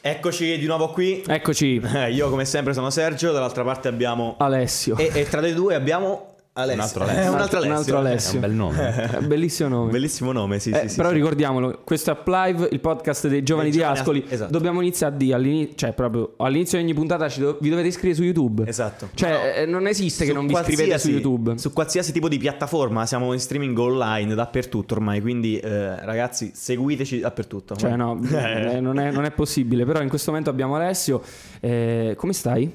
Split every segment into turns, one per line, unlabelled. Eccoci di nuovo qui.
Eccoci,
Eh, Io come sempre sono Sergio, dall'altra parte abbiamo...
Alessio.
E, e tra le due abbiamo Alessio.
Un altro
Eh,
Alessio.
un altro Alessio.
Un altro
È
Alessio.
un bel nome.
Eh, Bellissimo nome.
Bellissimo nome, sì,
Eh,
sì, sì.
però
sì.
ricordiamolo, questo è Uplive, il podcast dei giovani
Dei
di
giovani
Ascoli.
as- esatto.
Dobbiamo iniziare a dire all'inizio, cioè proprio all'inizio di ogni puntata ci do- vi dovete iscrivere su YouTube.
Esatto.
Cioè, eh, non esiste che
Su
non vi iscrivete su
qualsiasi-
YouTube.
Su qualsiasi tipo di piattaforma, siamo in streaming online dappertutto ormai, quindi eh, ragazzi seguiteci dappertutto.
Cioè, no, eh, non, è, non è possibile. Però in questo momento abbiamo Alessio. Eh, come stai?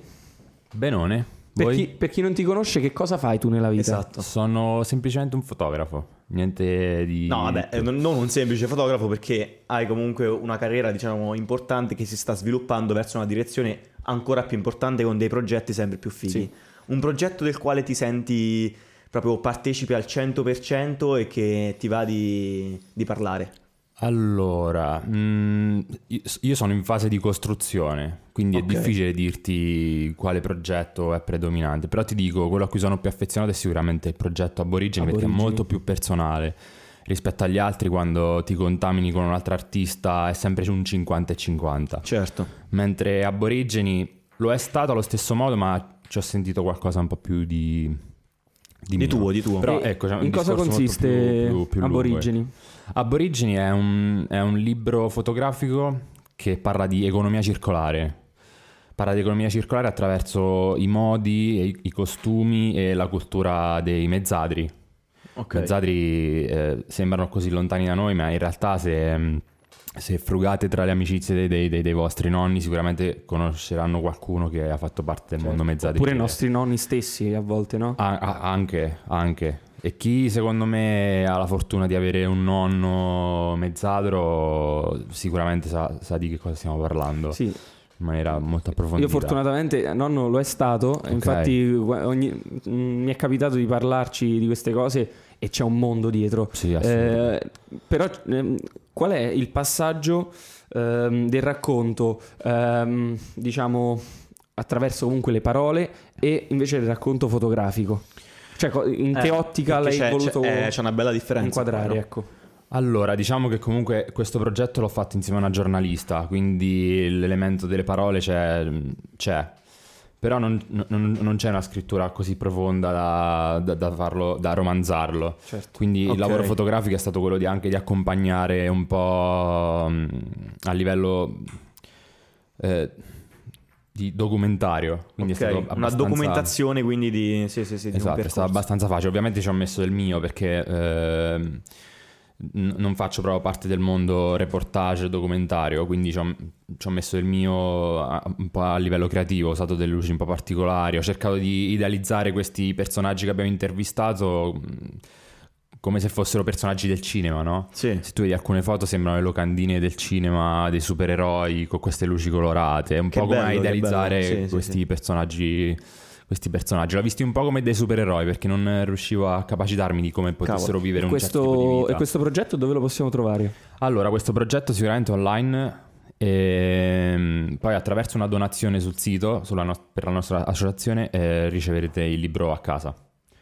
Benone.
Per
Voi?
chi, per chi non ti conosce, che cosa fai tu nella vita?
Esatto.
Sono semplicemente un fotografo. Niente di.
No, vabbè, eh, non non un semplice fotografo perché hai comunque una carriera, diciamo, importante che si sta sviluppando verso una direzione ancora più importante con dei progetti sempre più fighi.
Sì.
Un progetto del quale ti senti proprio partecipi al 100% e che ti va di, di parlare.
Allora, mm, io io sono in fase di costruzione, quindi
Ok.
è difficile dirti quale progetto è predominante, però ti dico, quello a cui sono più affezionato è sicuramente il progetto Aborigine, perché
Aborigine.
è molto più personale rispetto agli altri quando ti contamini con un altro artista è sempre un 50 e 50.
Certo.
Mentre Aborigeni lo è stato allo stesso modo, ma ci ho sentito qualcosa un po' più di.
Di,
mio.
tuo, di tuo.
Però
E
ecco, c'è un
in cosa
discorso molto
consiste
più- più- più lungo,
Aborigeni?
Aborigeni è un, è un libro fotografico che parla di economia circolare. Parla di economia circolare attraverso i modi, e i- i costumi e la cultura dei mezzadri.
Ok.
Mezzadri eh, sembrano così lontani da noi, ma in realtà se, mm, se frugate tra le amicizie dei, dei- dei- dei vostri nonni sicuramente conosceranno qualcuno che ha fatto parte del
Certo.
mondo mezzadri.
Oppure i
Che-
nostri nonni stessi a volte, no?
Ah, ah, anche, anche. E chi secondo me ha la fortuna di avere un nonno mezzadro sicuramente sa, sa di che cosa stiamo parlando
Sì,
in maniera molto approfondita.
Io fortunatamente eh, nonno lo è stato, infatti gu- ogni- mh, mi è capitato di parlarci di queste cose e c'è un mondo dietro.
Sì, assolutamente.
Eh, però ehm, qual è il passaggio ehm, del racconto, ehm, diciamo, attraverso comunque le parole e invece il racconto fotografico? Cioè, co- in che
Eh,
ottica
perché
lei ha
c'è-
voluto
c'è, eh, c'è una bella differenza.
inquadrare?
però.
Ecco.
Allora, diciamo che comunque questo progetto l'ho fatto insieme a una giornalista, quindi l'elemento delle parole c'è. c'è. Però non, non- non c'è una scrittura così profonda da, da- da farlo, da romanzarlo.
Certo.
Quindi
Ok.
il lavoro fotografico è stato quello di anche di accompagnare un po' mh, a livello eh, di documentario. Quindi
Ok,
è stato
Una
abbastanza-
documentazione quindi di... Sì, sì, sì, di un
Esatto, è
percorso.
stato abbastanza facile. Ovviamente ci ho messo del mio perché ehm, n- non faccio proprio parte del mondo reportage documentario, quindi ci ho, ci ho messo del mio a- un po' a livello creativo, ho usato delle luci un po' particolari, ho cercato di idealizzare questi personaggi che abbiamo intervistato mh, come se fossero personaggi del cinema, no?
Sì.
Se tu vedi alcune foto sembrano le locandine del cinema, dei supereroi con queste luci colorate, è un
Che
po' come
bello,
a
che
idealizzare
bello. Sì, sì,
questi
sì.
personaggi. Questi personaggi, l'ho visti un po' come dei supereroi perché non riuscivo a capacitarmi di come potessero
Cavolo.
vivere un
Questo-
certo tipo di
e
vita.
questo progetto dove lo possiamo trovare?
Allora, questo progetto sicuramente online. E poi attraverso una donazione sul sito sulla no- per la nostra associazione eh, riceverete il libro a casa.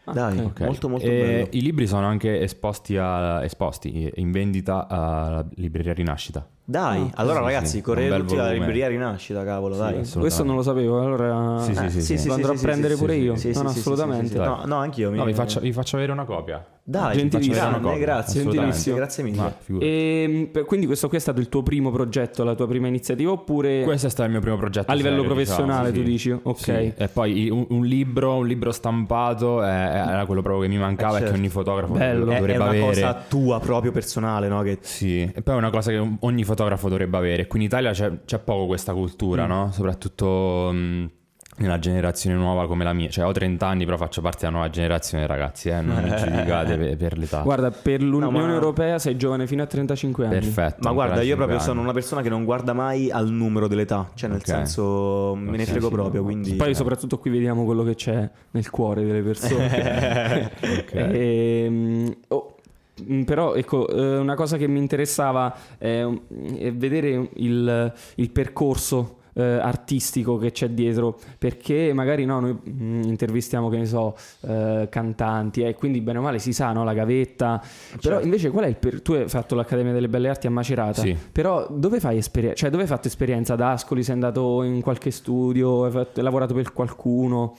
Ah,
Dai,
ok.
Ok.
molto molto
E
bello.
I libri sono anche esposti, a- esposti in vendita alla libreria Rinascita.
Dai,
Ah,
allora
sì,
ragazzi,
sì,
correte
un bel
tutti alla
volume.
libreria Rinascita, cavolo,
Sì,
dai.
assolutamente.
Questo non lo sapevo, allora
Sì, sì,
eh,
sì, sì.
lo andrò a prendere pure io.
Sì, sì,
no, no,
sì, sì,
assolutamente.
sì, sì, sì. No, no, anch'io. mi-
No, vi faccio, vi faccio avere una copia.
Dai,
Gentilissimo.
grande,
Sono d'accordo,
grazie,
assolutamente.
gentilissimo, grazie mille.
Ma figurati.
E, Ehm, per- quindi questo qui è stato il tuo primo progetto, la tua prima iniziativa,
Eh,
oppure
Questo è stato il mio primo progetto.
a livello
serio,
professionale
diciamo,
tu
sì, sì.
dici? Ok.
Sì, E poi i- un, un libro, un libro stampato eh, era quello proprio che mi mancava
Eh, certo.
e che ogni fotografo
Bello.
È,
dovrebbe
è una
avere.
cosa tua, proprio personale, no? Che...
Sì, e poi è una cosa che un- ogni fotografo dovrebbe avere. Qui in Italia c'è, c'è poco questa
Mm.
cultura, no? Soprattutto mh, nella generazione nuova come la mia. Cioè, ho 30 anni, però faccio parte della nuova generazione, ragazzi. Eh? Non mi giudicate per, per l'età.
Guarda, per l'Unione
No, ma-
Europea sei giovane fino a 35 anni.
Perfetto.
Ma guarda, io proprio
45
sono
anni.
una persona che non guarda mai al numero dell'età, cioè nel
Ok.
senso me ne
Ok,
frego
sì,
proprio,
no,
quindi...
Poi soprattutto qui vediamo quello che c'è nel cuore delle persone.
Ok.
Eh,
Ehm, oh, mh, però ecco, eh, ehm, una cosa che mi interessava è, è vedere il, il percorso eh, eh, artistico che c'è dietro, perché magari no, noi mh, intervistiamo, che ne so, eh, cantanti, e quindi bene o male si sa no, la gavetta, però
Certo.
invece qual è il... per- tu hai fatto l'Accademia delle Belle Arti a Macerata,
Sì.
però dove fai esperienza? Cioè dove hai fatto esperienza? Ad Ascoli sei andato in qualche studio, hai, fatto- hai lavorato per qualcuno?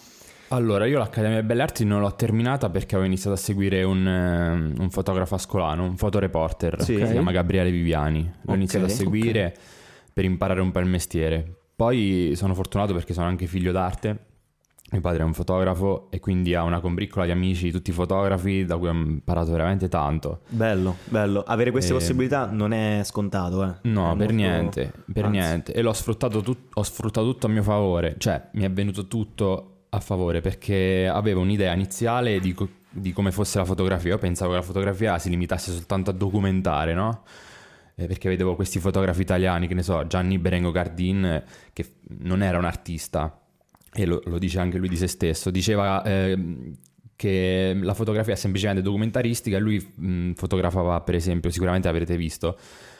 Allora, io l'Accademia delle Belle Arti non l'ho terminata perché avevo iniziato a seguire un, eh, un fotografo ascolano, un fotoreporter
Sì.
che si chiama Gabriele Viviani. L'ho
Ok,
iniziato a seguire per imparare un po' il mestiere. Poi sono fortunato perché sono anche figlio d'arte. Mio padre è un fotografo e quindi ha una combriccola di amici, tutti fotografi, da cui ho imparato veramente tanto.
Bello, bello. Avere queste
Eh,
possibilità non è scontato, eh.
No,
È molto-
per niente, per
anzi.
niente. E l'ho sfruttato, tut- ho sfruttato tutto a mio favore, cioè mi è venuto tutto a favore perché avevo un'idea iniziale di, co- di come fosse la fotografia. Io pensavo che la fotografia si limitasse soltanto a documentare, no? Eh, Perché vedevo questi fotografi italiani, che ne so, Gianni Berengo Gardin, eh, che f- non era un artista, e lo, lo dice anche lui di se stesso, diceva ehm, che la fotografia è semplicemente documentaristica, e lui mh, mm, fotografava, per esempio, sicuramente avrete visto,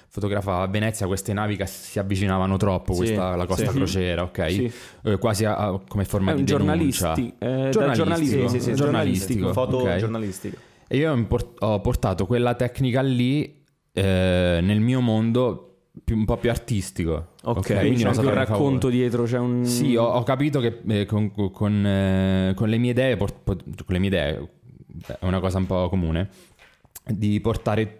fotografava a Venezia queste navi che si avvicinavano troppo,
Sì,
questa, la costa
sì.
crociera, ok?
Sì.
Eh, quasi a- a- come forma
È
di
un
denuncia.
Eh, giornalisti, eh, da
Giornalistico.
giornalismo.
Sì, sì, sì,
Giornalistico,
Foto
ok.
giornalistico.
E io ho import- ho portato quella tecnica lì eh, nel mio mondo più- un po' più artistico.
Ok,
Quindi
Quindi
c'è
non
anche
so
un racconto dietro, c'è un...
Esatto,
Mm.
Sì, ho, ho capito che eh, con, con, eh, con le mie idee, por- pot- con le mie idee, beh, è una cosa un po' comune, di portare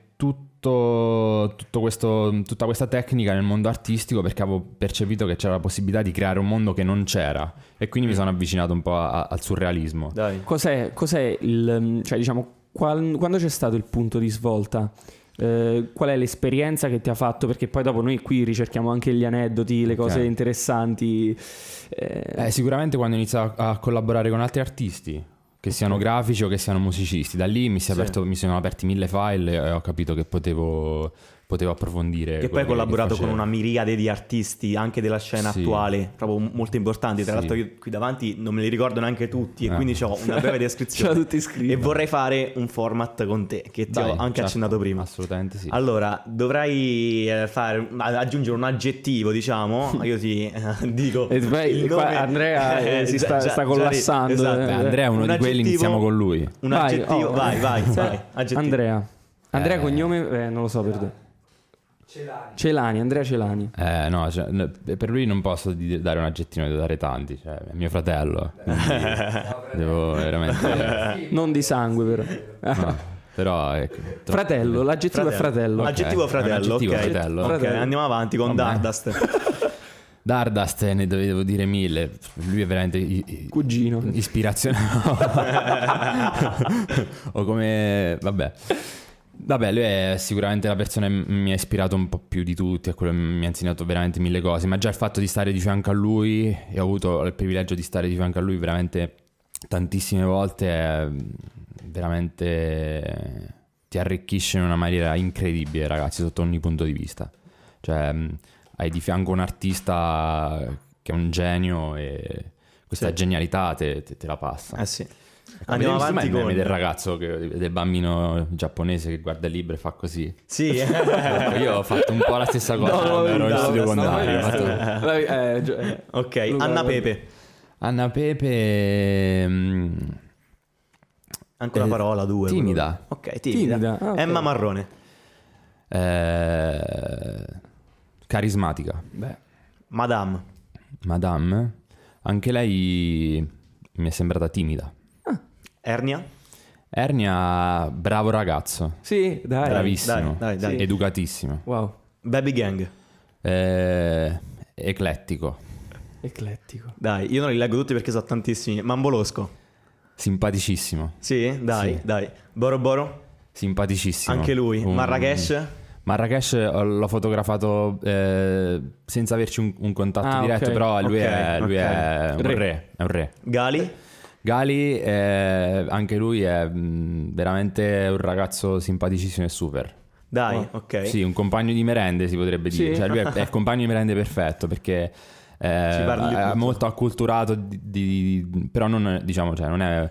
tutto, tutto questo, tutta questa tecnica nel mondo artistico perché avevo percepito che c'era la possibilità di creare un mondo che non c'era e quindi
Mm.
mi sono avvicinato un po' a- al surrealismo.
Dai.
Cos'è, cos'è il... mm, Cioè, diciamo, qual- quando c'è stato il punto di svolta? Eh, qual è l'esperienza che ti ha fatto? Perché poi dopo noi qui ricerchiamo anche gli aneddoti, le cose
Ok.
interessanti. Eh,
Eh, sicuramente quando ho iniziato a a collaborare con altri artisti, che siano grafici o che siano musicisti, da lì mi, si è
Sì.
aperto- mi sono aperti mille file e ho capito che potevo, potevo approfondire.
Che
quello
poi hai collaborato
che
con
facevo.
una miriade di artisti anche della scena
Sì.
attuale, proprio m- molto importanti. Tra
Sì.
l'altro, io qui davanti non me li ricordo neanche tutti, e
Ah.
quindi ho una breve
ce l'ha
descrizione.
tutti
e
scritti.
vorrei fare un format con te, che ti
Dai,
ho anche
certo,
accennato
Ah,
prima.
Assolutamente sì.
Allora, dovrai eh, fare- a- aggiungere un aggettivo, diciamo. Io ti eh, dico.
E beh,
il
qua
nome-
Andrea, eh, si sta- sta collassando,
esatto.
eh.
Beh, Andrea è uno
Un
di quelli,
aggettivo-
iniziamo con lui.
Un
Vai,
aggettivo,
oh.
vai, vai,
Sì.
vai. Aggettivo.
Andrea. Andrea
Eh.
cognome, eh, non lo so per te. Celani. Andrea Celani.
Eh, no, cioè, n- per lui non posso di- dare un aggettino, devo dare tanti, cioè, è mio fratello. quindi devo veramente...
Non di sangue però.
no, però ecco... tro-
Fratello, l'aggettivo è fratello.
Ok.
Aggettivo
è un
fratello,
aggettivo
ok.
fratello.
Ok,
Fratello.
andiamo avanti con
Vabbè.
Dardust.
Dardast ne dove- devo dire mille. Lui è veramente i- i-
Cugino.
ispirazionale. o come vabbè. Vabbè, lui è sicuramente la persona che mi ha ispirato un po' più di tutti, è quello che mi ha insegnato veramente mille cose, ma già il fatto di stare di fianco a lui e ho avuto il privilegio di stare di fianco a lui veramente tantissime volte è veramente ti arricchisce in una maniera incredibile, ragazzi, sotto ogni punto di vista. Cioè, mh, hai di fianco un artista che è un genio e questa
Sì.
genialità te, te- te la passa.
Eh sì.
Ecco,
Andiamo
vedi,
avanti
il meme
con...
del ragazzo, che- del bambino giapponese che guarda il libro e fa così.
Sì.
Io ho fatto un po' la stessa cosa
No, no,
quando ero in
Eh. no,
studio
no,
con
no,
Dario.
no,
ho fatto-
Eh, eh, gio- eh.
ok,
Luca,
Anna
guarda.
Pepe.
Anna Pepe... mm, mh,
Anche una
Eh,
parola, due.
timida.
quello. Ok, timida.
Timida, ah, ok.
Emma Marrone.
eh, carismatica.
Madame.
Madame, anche lei mi è sembrata timida.
Ernia.
Ernia, bravo ragazzo,
Sì, dai.
bravissimo,
dai, dai, dai.
Sì.
educatissimo,
Wow,
Baby Gang.
eh, eclettico,
eclettico.
Dai, io non li leggo tutti perché sono tantissimi. Mambolosco.
simpaticissimo,
Sì, dai,
Sì.
dai. Boro Boro.
simpaticissimo.
Anche lui.
Un-
Marrakesh.
Marrakesh eh, l'ho fotografato eh, senza averci un, un contatto
Ah,
diretto,
ok.
però lui,
Ok,
è, lui
ok.
è un
Re.
re. è un re.
Gali.
Gali, eh, anche lui è mm, veramente un ragazzo simpaticissimo e super.
Dai,
Oh.
ok.
Sì, un compagno di merende si potrebbe
Sì.
dire. Cioè, lui è, è il compagno di merende perfetto perché eh,
parli di
è
tutto.
molto acculturato, di- di- di- però non, diciamo, cioè, non, è-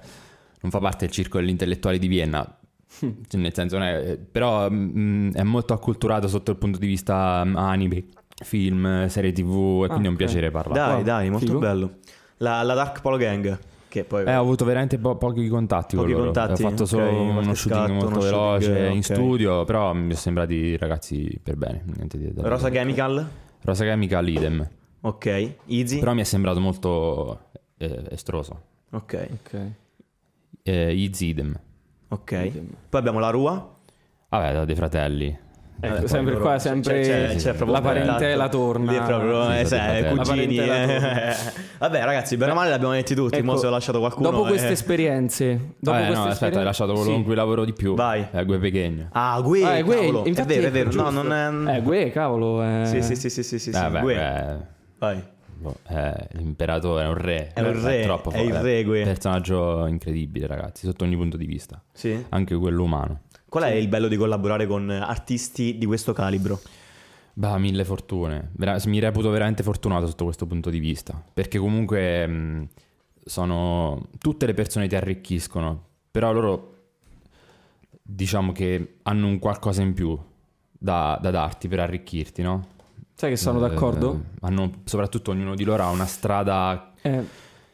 non fa parte del circolo degli intellettuali di Vienna. Cioè, nel senso, non è- però mm, è molto acculturato sotto il punto di vista mm, anime, film, serie tv e quindi è un
ok.
piacere parlare.
Ah, Dai,
Wow,
Eh,
dai, molto
figo.
bello. La, la Dark Polo Gang, che poi...
Eh, ho avuto veramente po- pochi contatti
Pochi
con loro.
contatti,
ho fatto solo
ok, qualche
uno shooting
scatto,
molto
uno
veloce
shooting,
in
ok.
studio, però mi sono sembrati ragazzi per bene, niente di da-
Rosa Chemical,
Rosa Chemical idem.
ok. Easy,
Però mi è sembrato molto eh, estroso.
ok,
Ok.
Eh, Izzy idem.
ok. Poi abbiamo la Rua.
Vabbè, da dei fratelli.
Ecco,
Eh,
sempre
loro-
qua, sempre
c'è- c'è- c'è proprio
la parentela
tanto.
torna.
Lì è proprio,
Sì,
eh,
sì,
sai,
fratello.
cugini.
La parentela
eh. Vabbè, ragazzi, bene o male l'abbiamo detti tutti.
Ecco,
Mo' se ho lasciato qualcuno.
Dopo queste
eh.
esperienze, dopo queste
Vabbè, Eh, no, aspetta, hai
esperienze-
lasciato quello
Sì.
con cui lavoro di più.
Vai.
Eh, Gue Pechegno.
Ah, Gue,
Ah, è Gue,
cavolo. È
infatti,
vero, è vero.
giusto.
No, non è...
Eh, Gue, cavolo. eh.
Sì, sì, sì, sì, sì, sì, sì,
Eh, beh,
Gue.
beh,
Vai.
boh, eh, l'imperatore è un re.
È un
Beh,
re,
troppo
è il
forte.
re, Gue.
Personaggio incredibile, ragazzi, sotto ogni punto di vista.
Sì.
Anche quello umano.
Qual è il bello di collaborare con artisti di questo calibro?
Bah, mille fortune. Vera- mi reputo veramente fortunato sotto questo punto di vista. Perché comunque mh, sono. Tutte le persone ti arricchiscono. Però loro diciamo che hanno un qualcosa in più da, da darti per arricchirti, no?
Sai che sono
Eh,
d'accordo?
hanno- soprattutto ognuno di loro ha una strada
Eh,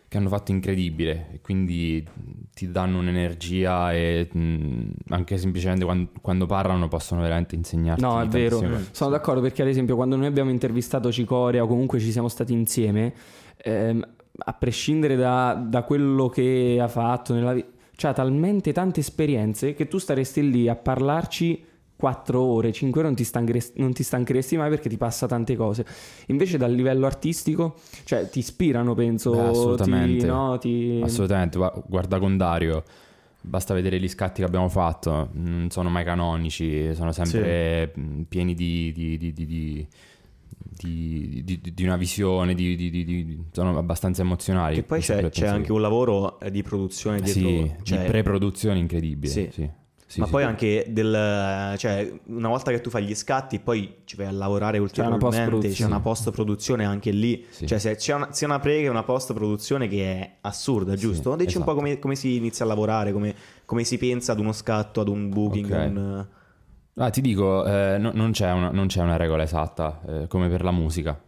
che hanno fatto incredibile. e Quindi ti danno un'energia e mh, anche semplicemente quan- quando, parlano possono veramente insegnarti.
no, è vero.
tantissime cose.
Sono d'accordo perché, ad esempio, quando noi abbiamo intervistato Cicoria o comunque ci siamo stati insieme, ehm, a prescindere da, da quello che ha fatto nella vita, c'ha talmente tante esperienze che tu staresti lì a parlarci 4 ore, 5 ore non ti, stancheresti, non ti stancheresti mai perché ti passa tante cose. Invece, dal livello artistico, cioè ti ispirano, penso.
Beh, assolutamente.
Ti, no, ti...
Assolutamente, gua- guarda con Dario, basta vedere gli scatti che abbiamo fatto, non sono mai canonici, sono sempre mh, pieni di, di- di- di- di- di- di- di una visione, di- di- di- di- sono abbastanza emozionali.
Che poi c'è, c'è anche un lavoro eh, di produzione dietro.
Sì,
cioè-
di pre-produzione incredibile.
Sì.
sì. Sì,
ma
sì,
poi
sì.
anche del... Cioè, una volta che tu fai gli scatti, poi ci vai a lavorare ulteriormente, c'è
post-produzione.
una post-produzione anche lì.
Sì.
Cioè, se c'è una, sia una pre che una post-produzione che è assurda, giusto? Dici un po'
esatto.
come, come si inizia a lavorare, come, come si pensa ad uno scatto, ad un booking.
Ok.
a un,
Ah, ti dico, eh, no- non, c'è una, non c'è una regola esatta, eh, come per la musica.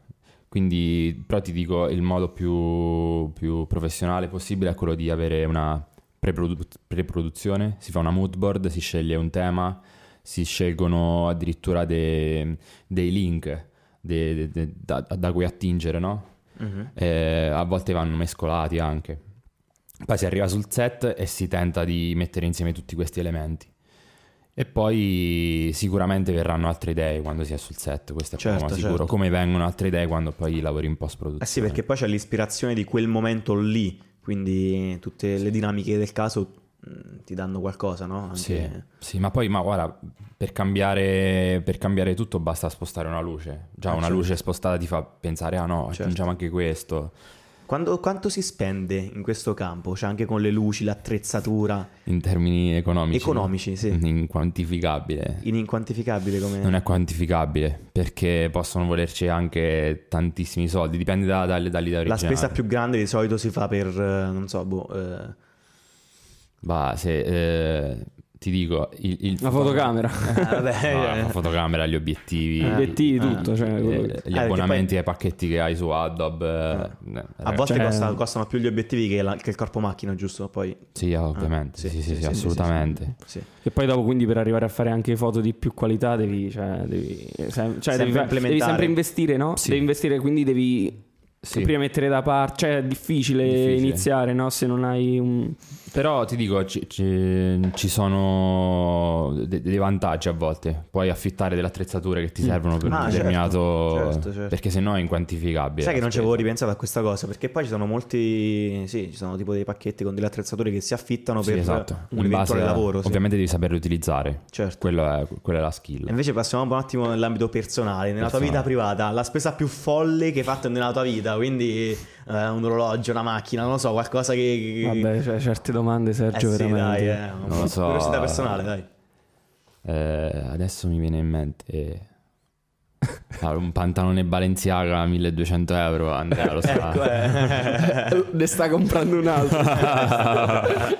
Quindi, però ti dico, il modo più, più professionale possibile è quello di avere una preprodu- preproduzione, si fa una mood board, si sceglie un tema, si scelgono addirittura de- dei link de- de- de- da, da cui attingere, no?
eh, mhm.
Eh, a volte vanno mescolati anche. Poi si arriva sul set e si tenta di mettere insieme tutti questi elementi. E poi sicuramente verranno altre idee quando si è sul set, questo è
Certo,
poco ma sicuro.
certo.
Come vengono altre idee quando poi lavori in post-produzione.
Eh sì, perché poi c'è l'ispirazione di quel momento lì, quindi tutte le dinamiche del caso mh, ti danno qualcosa, no? Anche-
Sì, sì, ma poi ma guarda, per cambiare, per cambiare tutto basta spostare una luce. Già
Ah,
una
certo.
luce spostata ti fa pensare, ah no,
Certo.
aggiungiamo anche questo.
Quando- quanto si spende in questo campo? Cioè anche con le luci, l'attrezzatura,
In termini economici.
economici, sì,
Inquantificabile.
in inquantificabile come...
Mhm. Non è quantificabile perché possono volerci anche tantissimi soldi, dipende da- dalle dall'idea
La
originale.
spesa più grande di solito si fa per, eh, non so, boh, eh,
Bah, se, eh, ti dico, il, il
La fotocamera.
ah, vabbè,
No,
eh.
la fotocamera, gli obiettivi,
Gli obiettivi,
eh,
tutto, cioè,
eh,
quello
gli
Eh,
abbonamenti ai pacchetti che hai su Adobe. eh, eh,
a
ragazzi,
volte
Cioè-
costa- costano più gli obiettivi che, la- che il corpo macchina, giusto? Poi...
Sì, ovviamente,
Ah, sì,
sì, sì,
sì,
sì,
sì, sì,
assolutamente.
Sì.
E poi dopo quindi per arrivare a fare anche foto di più qualità devi, cioè, devi, sem- cioè, devi fa-
implementare.
devi sempre investire, no?
Sì.
Devi investire, quindi devi
Sì.
prima mettere da parte, cioè è difficile,
Difficile.
iniziare, no? Se non hai un...
Però ti dico, ci, ci- ci sono de- dei vantaggi a volte. Puoi affittare delle attrezzature
Mm.
che ti servono per
Ah,
un
certo,
determinato...
certo, certo.
Perché sennò è inquantificabile.
Sai che
la
non ci
spesa.
avevo ripensato a questa cosa, perché poi ci sono molti, sì, ci sono tipo dei pacchetti con delle attrezzature che si affittano
Sì,
per
esatto.
un
In base
eventuale
a-
lavoro. sì.
Ovviamente devi saperli utilizzare.
Certo.
Quella è, quella è la
E
skill.
Invece passiamo un attimo nell'ambito personale, nella tua vita
Personale.
privata, la spesa più folle che hai fatto nella tua vita, quindi eh, un orologio, una macchina, non lo so, qualcosa che...
Vabbè, cioè, certe domande
eh
Sergio
sì,
veramente...
dai, eh, un
Non
po'
lo so.
curiosità personale, dai.
Eh, adesso mi viene in mente. eh, allora, un pantalone Balenciaga 1200 euro. Andrea lo sa.
Ecco, eh.
ne sta comprando un altro.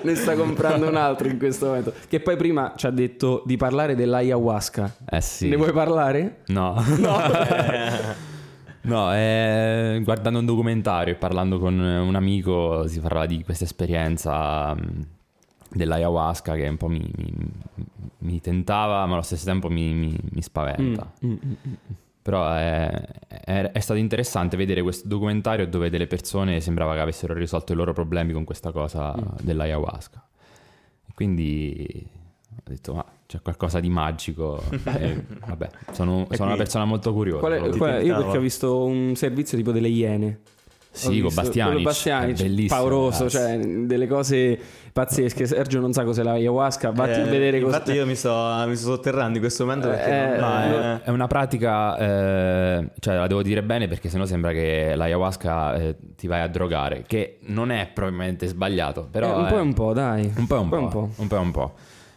ne sta comprando un altro in questo momento. Che poi prima ci ha detto di parlare dell'ayahuasca.
Eh sì.
Ne vuoi parlare?
No.
No.
No, eh, guardando un documentario e parlando con un amico si parlava di questa esperienza mh, dell'ayahuasca che un po' mi, mi- mi tentava, ma allo stesso tempo mi, mi- mi spaventa.
Mm, mm, mm.
Però eh, è, è stato interessante vedere questo documentario dove delle persone sembrava che avessero risolto i loro problemi con questa cosa
Mm.
dell'ayahuasca. Quindi ho detto, ma c'è qualcosa di magico. E, vabbè, sono,
E
sono
qui-
una persona molto curiosa.
Qual è-
proprio.
Ti
qual è- io
tentava.
perché ho visto un servizio tipo delle iene. Ho
Sì, con
visto-
Bastiani.
quello Bastianic,
È bellissimo. ah,
Pauroso,
ragazzi.
cioè delle cose pazzesche. Sergio non sa cos'è la ayahuasca, vatti a
Eh,
vedere cos'è.
Infatti io mi sto, mi sto sotterrando in questo momento perché
Eh,
non- no,
No,
eh,
è, è una pratica, eh, cioè la devo dire bene perché sennò sembra che l'ayahuasca eh, ti vai a drogare, che non è probabilmente sbagliato, però
Eh, un po' e un po', dai.
Un po' e un po'. un po' e un po'.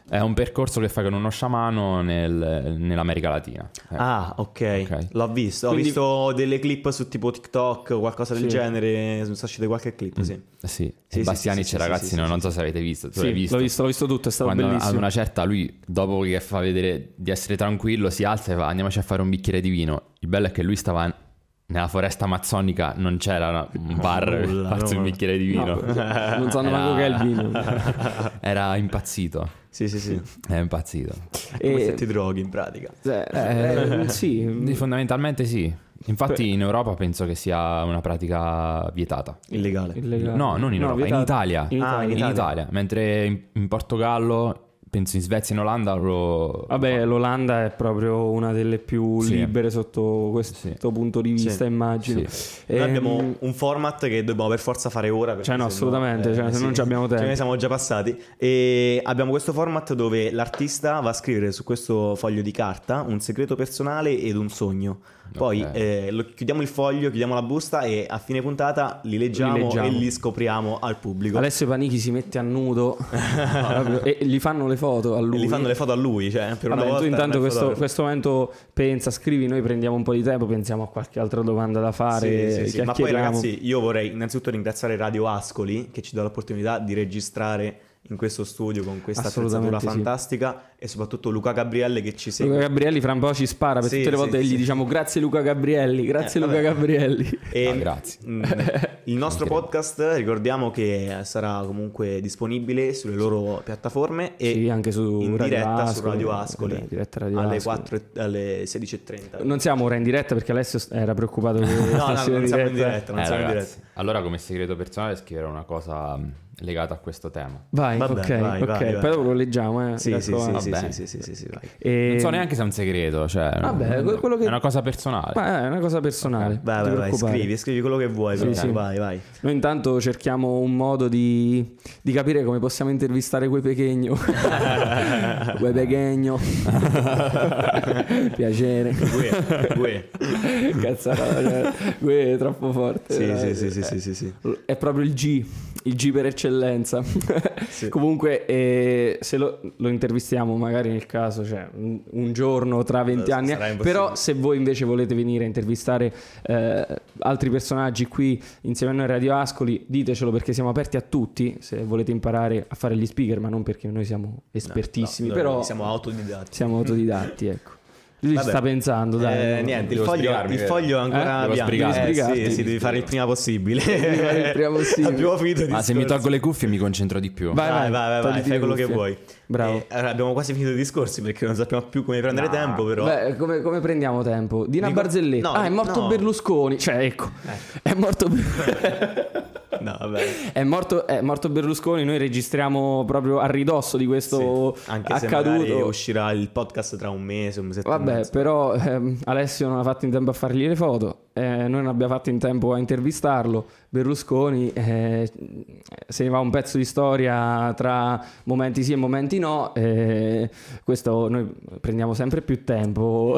È un percorso che fai con uno sciamano nel- nell'America Latina. Eh.
Ah, ok.
Ok.
L'ho visto.
Quindi-
Ho visto delle clip su tipo TikTok o qualcosa del
Sì.
genere. Sono uscite qualche clip,
Mm.
sì.
Sì,
Sì, sì,
Bastianic,
sì, sì,
ragazzi,
sì, sì,
non,
sì,
non so se avete visto. Tu
Sì,
l'hai visto?
L'ho visto, l'ho visto tutto, è stato
Quando ad
bellissimo.
una certa lui, dopo che fa vedere di essere tranquillo, si alza e va andiamoci a fare un bicchiere di vino. Il bello è che lui stava nella foresta amazzonica, non c'era una- un bar per
nulla,
farsi un
no.
bicchiere di vino.
No, non sanno
Era-
manco che è il vino.
Ah. Era impazzito,
Sì, sì, sì.
è impazzito.
E... Come
E-
se ti droghi in pratica.
Eh,
Eh,
eh, sì,
Fondamentalmente sì. Infatti in Europa penso che sia una pratica vietata.
Illegale.
illegale.
No, non in
No,
Europa, in
vietato.
Italia.
In
Ah,
Italia.
in
In Italia, mentre in, in Portogallo, penso in Svezia e in Olanda lo...
Vabbè, l'Olanda è proprio una delle più
Sì.
libere sotto questo
Sì.
punto di
Sì.
vista, immagino.
Noi
Ehm,
abbiamo un format che dobbiamo per forza fare ora. perché
Cioè, no,
se
assolutamente, cioè, se non ci abbiamo tempo.
Cioè, noi siamo già passati. E abbiamo questo format dove l'artista va a scrivere su questo foglio di carta un segreto personale ed un sogno. Poi
Ok.
eh, lo- chiudiamo il foglio, chiudiamo la busta e a fine puntata li leggiamo,
Li leggiamo.
e li scopriamo al pubblico.
Alessio Panichi si mette a nudo proprio, e gli fanno le foto a
E
lui.
gli fanno le foto a lui, cioè, per
Vabbè,
una
tu
volta non è
intanto
il
questo,
fotografo.
questo momento pensa, scrivi, noi prendiamo un po' di tempo, pensiamo a qualche altra domanda da fare.
Sì, sì, sì. Ma poi
chiacchieriamo.
ragazzi, io vorrei innanzitutto ringraziare Radio Ascoli che ci dà l'opportunità di registrare in questo studio con questa
Assolutamente
attrezzatura
sì.
fantastica e soprattutto Luca Gabriele che ci segue.
Luca Gabrielli fra un po' ci spara per
Sì,
tutte le
sì,
volte che gli
sì.
diciamo grazie Luca Gabrielli, grazie
Eh,
Luca
vabbè.
Gabrielli.
E,
Ah, grazie.
mm, il nostro podcast ricordiamo che sarà comunque disponibile sulle loro piattaforme e
Sì, anche su
in
Radio
diretta su
Ascoli,
Radio
eh,
Ascoli,
eh, diretta Radio
alle,
Ascoli.
4 e- alle 16.30.
Non siamo ora in diretta perché Alessio st- era preoccupato che
no, no,
fossimo
non siamo in diretta, non
Eh,
siamo in
ragazzi,
diretta.
Allora come segreto personale scriverò una cosa mh, legata a questo tema.
Vai,
Vabbè,
ok,
vai,
ok,
vai, vai.
poi dopo lo leggiamo, eh.
Sì,
mi
sì,
raccomando.
sì,
vabbè.
sì, sì, sì, sì, sì, vai.
E-
Non so neanche se è un segreto, cioè...
Ehm. Vabbè, que- quello che-
È una cosa personale.
Ma è una cosa personale.
Vai,
non ti
vai, vai,
preoccupare.
scrivi, scrivi quello che vuoi,
Sì,
però.
sì.
vai, vai.
Noi intanto cerchiamo un modo di, di capire come possiamo intervistare quei pechegno. quei pechegno. Piacere.
Gue, gue.
Cazzata, cioè, è troppo
Sì,
forte.
sì,
veramente.
sì, sì, sì, sì, sì.
È proprio il G, il G per eccellenza.
Sì.
Comunque, eh, se lo, lo intervistiamo, magari nel caso, cioè un, un giorno tra 20
Sarà
anni. eh,
impossibile.
Però, se voi invece volete venire a intervistare eh, altri personaggi qui insieme a noi a Radio Ascoli, ditecelo perché siamo aperti a tutti. Se volete imparare a fare gli speaker, ma non perché noi siamo espertissimi,
No, no,
però
noi Siamo autodidatti.
siamo autodidatti, ecco. Lui ci
Vabbè.
sta pensando, dai.
Eh, niente, il
Devo
foglio,
sbrigarmi,
il
vero?
foglio è
Eh?
ancora
Devo
bianco.
sbrigarmi.
Eh,
Devi
sì, sì, devi
sbrigarti.
fare il prima possibile.
fare il prima possibile.
Abbiamo finito di
Ma Ah, se mi tolgo le cuffie mi concentro di più.
Vai,
Vai, vai, vai,
togli
vai,
le
fai quello che
cuffie.
vuoi.
Bravo.
Eh, allora, abbiamo quasi finito i discorsi perché non sappiamo più come prendere
No.
tempo, però.
Beh, come, come prendiamo tempo? Di una
Dico-
barzelletta.
no, Eh.
ah, è morto
no.
Berlusconi. Cioè, ecco, è morto Berlusconi.
No, vabbè.
È morto, è morto Berlusconi, noi registriamo proprio a ridosso di questo
Sì, Anche se magari
accaduto.
uscirà il podcast tra un mese, un mese e
Vabbè,
mezzo.
però ehm, Alessio non ha fatto in tempo a fargli le foto, eh, noi non abbiamo fatto in tempo a intervistarlo, Berlusconi eh, se ne va un pezzo di storia tra momenti sì e momenti no, eh, questo noi prendiamo sempre più tempo,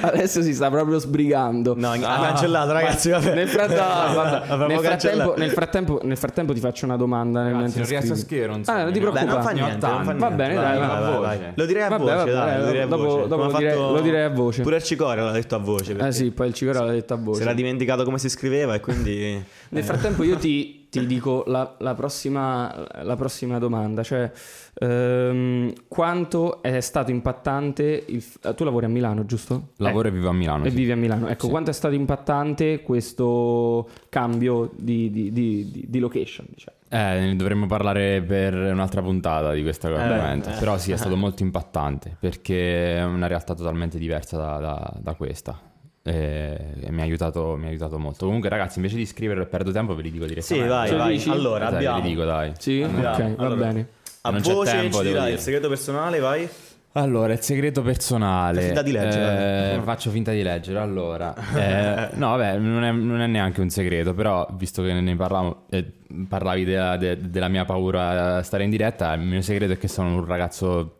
Alessio si sta proprio sbrigando.
No, ha
Ah.
cancellato, ragazzi. Vabbè.
Nel, frattem- vabbè,
Avevamo
nel frattempo,
cancellato.
nel frattempo- nel frattempo ti faccio una domanda. nel
Ragazzi,
mentre
non riesco a
scrivi.
scrivere, non so.
Ah, non ti
Ne ho-
Dai, non
preoccupare.
fa niente, non fa
Va
niente.
bene, dai, vai,
vai.
Lo direi a
Vabbè,
voce,
vabbè,
dai, lo direi a
dopo-
voce.
dopo
Come
lo
ha
dire-
fatto-
lo direi a voce.
Pure Cicoria l'ha detto a voce.
Eh sì, sì, poi il cigaro l'ha detta a voce.
Si era dimenticato come si scriveva e quindi...
Eh.
Nel frattempo io ti, ti dico la, la prossima, la prossima domanda, cioè ehm, quanto è stato impattante, il f- eh, tu lavori a Milano giusto?
Lavoro e vivo a Milano.
Eh, e
sì.
vivi a Milano, ecco
Sì.
quanto è stato impattante questo cambio di, di- di- di- di location diciamo.
Eh, ne dovremmo parlare per un'altra puntata di questa cosa,
Eh,
veramente.
eh.
Però sì, è stato molto impattante perché è una realtà totalmente diversa da, da- da questa. E, e mi, ha aiutato, mi ha aiutato molto. Comunque, ragazzi, invece di scriverlo e perdo tempo, ve li dico
Sì,
direttamente.
vai,
Ce lo
vai.
cioè, dici?
Allora,
Dai,
abbiamo...
Ve li dico, dai.
Sì?
Andiamo.
Ah, Ok, va
Allora,
bene.
A
Non c'è
voce
tempo,
ci
devo
dirai
dire.
il segreto personale, vai.
Allora, il segreto personale.
Fai finta di leggere.
Eh, faccio finta di leggere. Allora, Eh, no, vabbè, non è, non è neanche un segreto, però visto che ne parlavamo, eh, parlavi della, de- della mia paura a stare in diretta, il mio segreto è che sono un ragazzo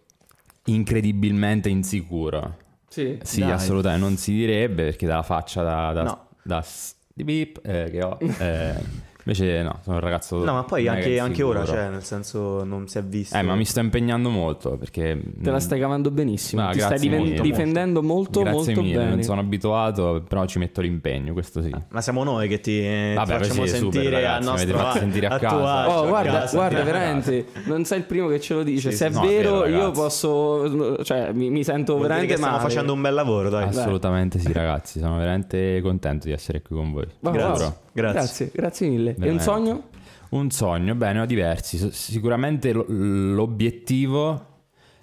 incredibilmente insicuro.
Sì.
Sì,
Dai.
assolutamente, non si direbbe perché dalla faccia da, da,
No.
da s- di beep eh, che ho. eh, invece no, sono un ragazzo...
Oh,
No, ma poi
mega
anche, anche ora,
insicuro.
cioè, nel senso, non si è visto.
Eh, ma mi sto impegnando molto perché...
Te la stai cavando benissimo,
Ma
ti stai
grazie
diven-
mille.
difendendo molto
Grazie
molto
mille,
bene. Ah,
non sono abituato, però ci metto l'impegno, questo sì.
Ma siamo noi che ti, eh, ti
Vabbè, voi
facciamo
siete super,
sentire
ragazzi,
a
mi
nostro
avete fatto sentire a
tuo
casa.
agio,
Oh,
a
guarda,
casa.
guarda,
sì.
veramente, non sei il primo che ce lo dice.
Sì, sì,
Se è
no, è
vero,
vero,
io
ragazzi.
posso, cioè, mi, mi sento
Vuol dire
veramente
che stiamo
male.
facendo un bel lavoro, dai.
Ah,
Assolutamente sì, ragazzi, sono veramente contento di essere qui con voi.
Va, va, va.
Grazie. Grazie.
grazie, grazie mille. È un
Veramente.
sogno?
Un sogno, beh, ne ho diversi. S- Sicuramente lo- l'obiettivo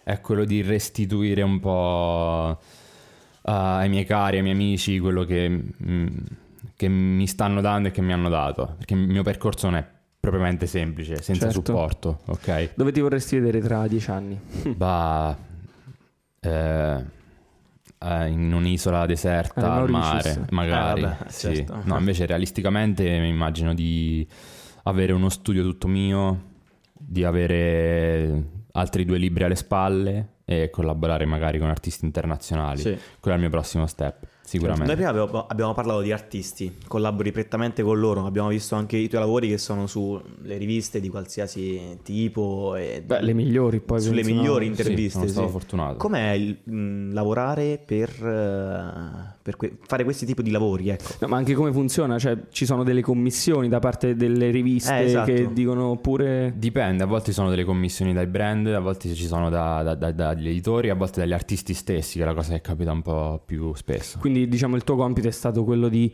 è quello di restituire un po' a- ai miei cari, ai miei amici, quello che, mm, che mi stanno dando e che mi hanno dato. Perché il mio percorso non è propriamente semplice, senza
Certo.
supporto, ok?
Dove ti vorresti vedere tra dieci anni?
Bah, eh, eh, in un'isola deserta
Eh,
al
Mauritius.
mare, magari.
Eh, vabbè,
sì.
certo.
No, invece realisticamente mi immagino di avere uno studio tutto mio, di avere altri due libri alle spalle e collaborare magari con artisti internazionali.
Sì. Certo.
Quello è il mio prossimo step,
Noi
sicuramente.
prima abbiamo, abbiamo parlato di artisti, collabori prettamente con loro, abbiamo visto anche i tuoi lavori che sono sulle riviste di qualsiasi tipo, e
Beh, le migliori poi.
sulle
penso, no?
migliori
Sì,
interviste.
sono stato
sì.
fortunato.
Com'è il, mh, lavorare per, eh, per que- fare questi tipi di lavori? Ecco.
No, ma anche come funziona? Cioè, ci sono delle commissioni da parte delle riviste
Eh, esatto.
che dicono pure...
Dipende, a volte ci sono delle commissioni dai brand, a volte ci sono da- da- da- dagli editori, a volte dagli artisti stessi, che è la cosa che capita un po' più spesso.
Quindi diciamo il tuo compito è stato quello di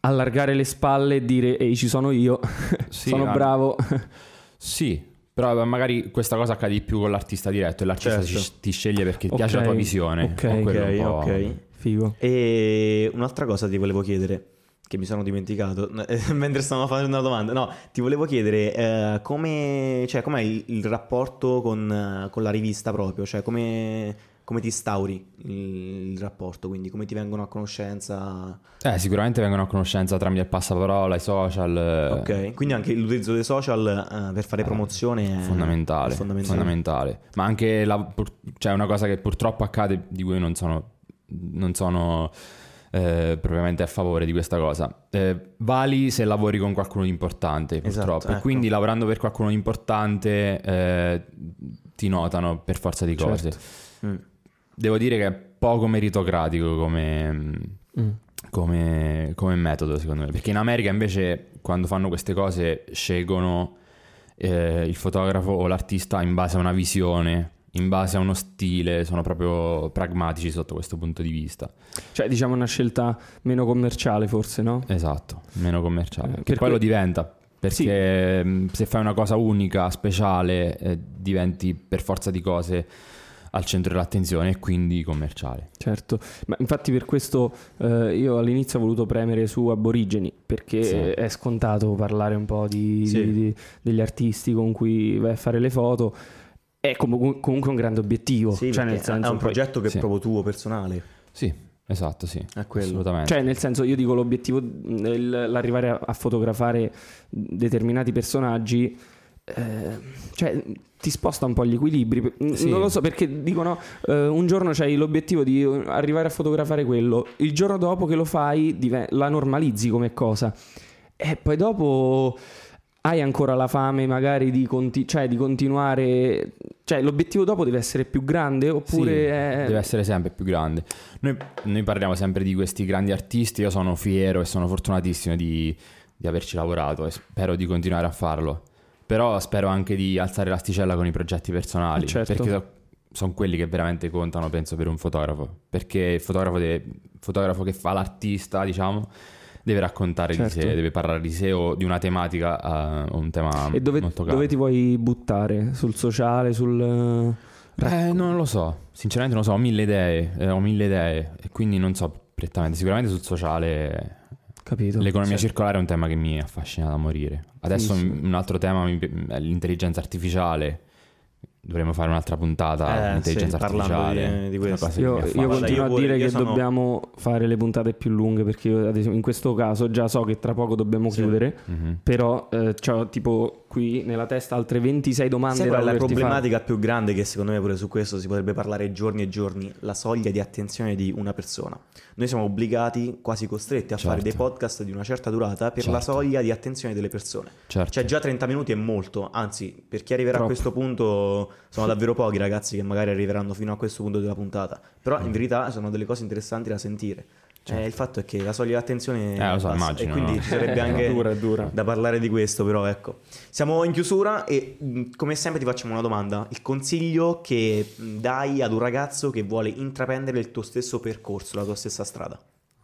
allargare le spalle e dire ehi ci sono io,
Sì,
sono
ah,
bravo.
Sì, però magari questa cosa accade di più con l'artista diretto e l'artista
Certo.
ci- ti sceglie perché
Ok,
piace la tua visione.
ok,
o quello è
ok,
un po'-
ok.
Figo.
E un'altra cosa ti volevo chiedere, che mi sono dimenticato eh, mentre stavamo facendo una domanda. No, ti volevo chiedere eh, come, cioè, com'è il, il rapporto con, eh, con la rivista proprio, cioè come, come ti instauri il, il rapporto, quindi come ti vengono a conoscenza.
Eh, sicuramente vengono a conoscenza tramite il passaparola, i social. eh,
Ok, quindi anche l'utilizzo dei social eh, per fare promozione è
Fondamentale,
è fondamentale.
fondamentale. Ma anche la, pur- cioè una cosa che purtroppo accade di cui non sono, non sono eh, propriamente a favore di questa cosa. Eh, vali se lavori con qualcuno di importante,
Esatto,
purtroppo. E
ecco.
Quindi lavorando per qualcuno di importante eh, ti notano per forza di cose.
Mm.
Devo dire che è poco meritocratico come,
Mm.
come, come metodo, secondo me. Perché in America invece, quando fanno queste cose, scegliono eh, il fotografo o l'artista in base a una visione, in base a uno stile, sono proprio pragmatici sotto questo punto di vista.
Cioè diciamo una scelta meno commerciale forse, no?
Esatto, meno commerciale.
Eh,
che
per
poi lo
cui-
diventa. Perché mh, se fai una cosa unica, speciale, eh, diventi per forza di cose al centro dell'attenzione e quindi commerciale.
Certo, ma infatti per questo eh, io all'inizio ho voluto premere su Aborigeni perché
Sì.
eh, è scontato parlare un po' di,
Sì.
di- di- degli artisti con cui vai a fare le foto. È comu- comunque un grande obiettivo,
Sì,
cioè, nel
perché
senso,
è un
poi-
progetto che
sì.
è proprio tuo personale.
Sì, esatto, sì.
È quello.
Assolutamente.
cioè, nel senso, io dico l'obiettivo, mh, il- l'arrivare a, a fotografare determinati personaggi. eh, cioè, ti sposta un po' gli equilibri. Mh,
Sì.
Non lo so perché dicono: eh, un giorno c'hai l'obiettivo di eh, arrivare a fotografare quello, il giorno dopo che lo fai, diven- la normalizzi come cosa. E poi dopo hai ancora la fame magari di, conti- cioè, di continuare Cioè, l'obiettivo dopo deve essere più grande oppure...
Sì,
è-
deve essere sempre più grande. Noi, noi parliamo sempre di questi grandi artisti, io sono fiero e sono fortunatissimo di, di averci lavorato e spero di continuare a farlo. Però spero anche di alzare l'asticella con i progetti personali,
Eh, certo.
perché sono quelli che veramente contano, penso, per un fotografo. Perché il fotografo, de- il fotografo che fa l'artista, diciamo, deve raccontare
Certo.
di sé, deve parlare di sé o di una tematica eh, o un tema
Ah,
E dove,
molto caro.
dove ti vuoi buttare? Sul sociale, sul...
Eh, non lo so, sinceramente non lo so, ho mille idee, eh, ho mille idee e quindi non so prettamente, sicuramente sul sociale
Capito?
certo.
l'economia
Cioè,
circolare è un tema che mi affascina da morire. Adesso
Sì, sì.
un altro tema mi- è l'intelligenza artificiale, dovremmo fare un'altra puntata
Eh,
intelligenza
sì, parlando
artificiale.
di- di
una
questo.
cosa che
Io,
mi
io
affascina.
Guarda,
continuo
io
a
pure-
dire
io
che
sono-
dobbiamo fare le puntate più lunghe perché io, ad esempio, in questo caso già so che tra poco dobbiamo
Sì.
chiudere,
Mhm.
però ho tipo qui nella testa altre 26 domande
Sai
da
qual è la
doverti fare.
problematica più grande che secondo me pure su questo si potrebbe parlare giorni e giorni? La soglia di attenzione di una persona. Noi siamo obbligati, quasi costretti, a fare
Certo.
dei podcast di una certa durata per la
Certo.
soglia di attenzione delle persone.
Certo.
Cioè già 30 minuti è molto, anzi per chi arriverà
Troppo.
a questo punto sono davvero pochi ragazzi che magari arriveranno fino a questo punto della puntata, però in verità sono delle cose interessanti da sentire.
Mm. Certo.
Eh, il fatto è che la soglia di attenzione
Eh, lo so,
bassa,
immagino,
e quindi
no?
ci sarebbe anche
È Eh, dura, è dura.
da parlare di questo però ecco. Siamo in chiusura e mh, come sempre ti facciamo una domanda, il consiglio che mh, dai ad un ragazzo che vuole intraprendere il tuo stesso percorso, la tua stessa strada.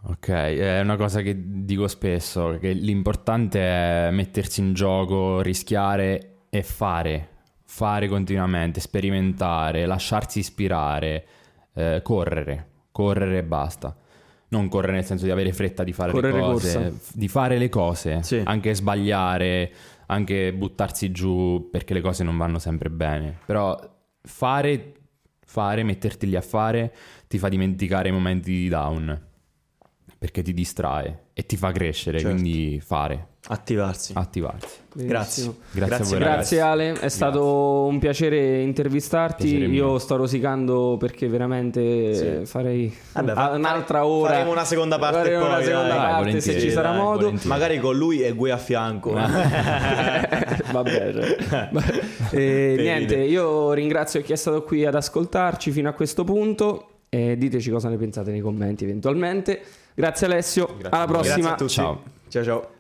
Ok, è una cosa che dico spesso, che l'importante è mettersi in gioco, rischiare e fare, fare continuamente, sperimentare, lasciarsi ispirare, eh, correre, correre e basta. Non correre nel senso di avere fretta di fare
Correre
le cose,
corsa.
f- di fare le cose,
Sì.
anche sbagliare, anche buttarsi giù perché le cose non vanno sempre bene. Però fare, fare, metterti lì a fare, ti fa dimenticare i momenti di down perché ti distrae e ti fa crescere,
Certo.
quindi fare,
Attivarsi.
attivarsi.
Ah, Grazie.
Benissimo.
Grazie a voi, ragazzi.
Grazie Ale, è stato un piacere intervistarti.
Piacere mio.
Io sto rosicando perché veramente
Sì.
eh, farei
Vabbè,
ah,
fa-
un'altra ora.
faremo una seconda parte
Faremo
poi,
una
dai.
seconda
Dai,
parte se
volentieri.
ci sarà
Dai,
modo.
volentieri.
Magari con lui e Gue a fianco.
Vabbè, cioè. Eh,
Per
niente,
ridere.
io ringrazio chi è stato qui ad ascoltarci fino a questo punto. Eh, E diteci cosa ne pensate nei commenti eventualmente. Grazie Alessio,
Grazie a
alla
voi.
Grazie
prossima.
a tutti.
Ciao.
Ciao ciao.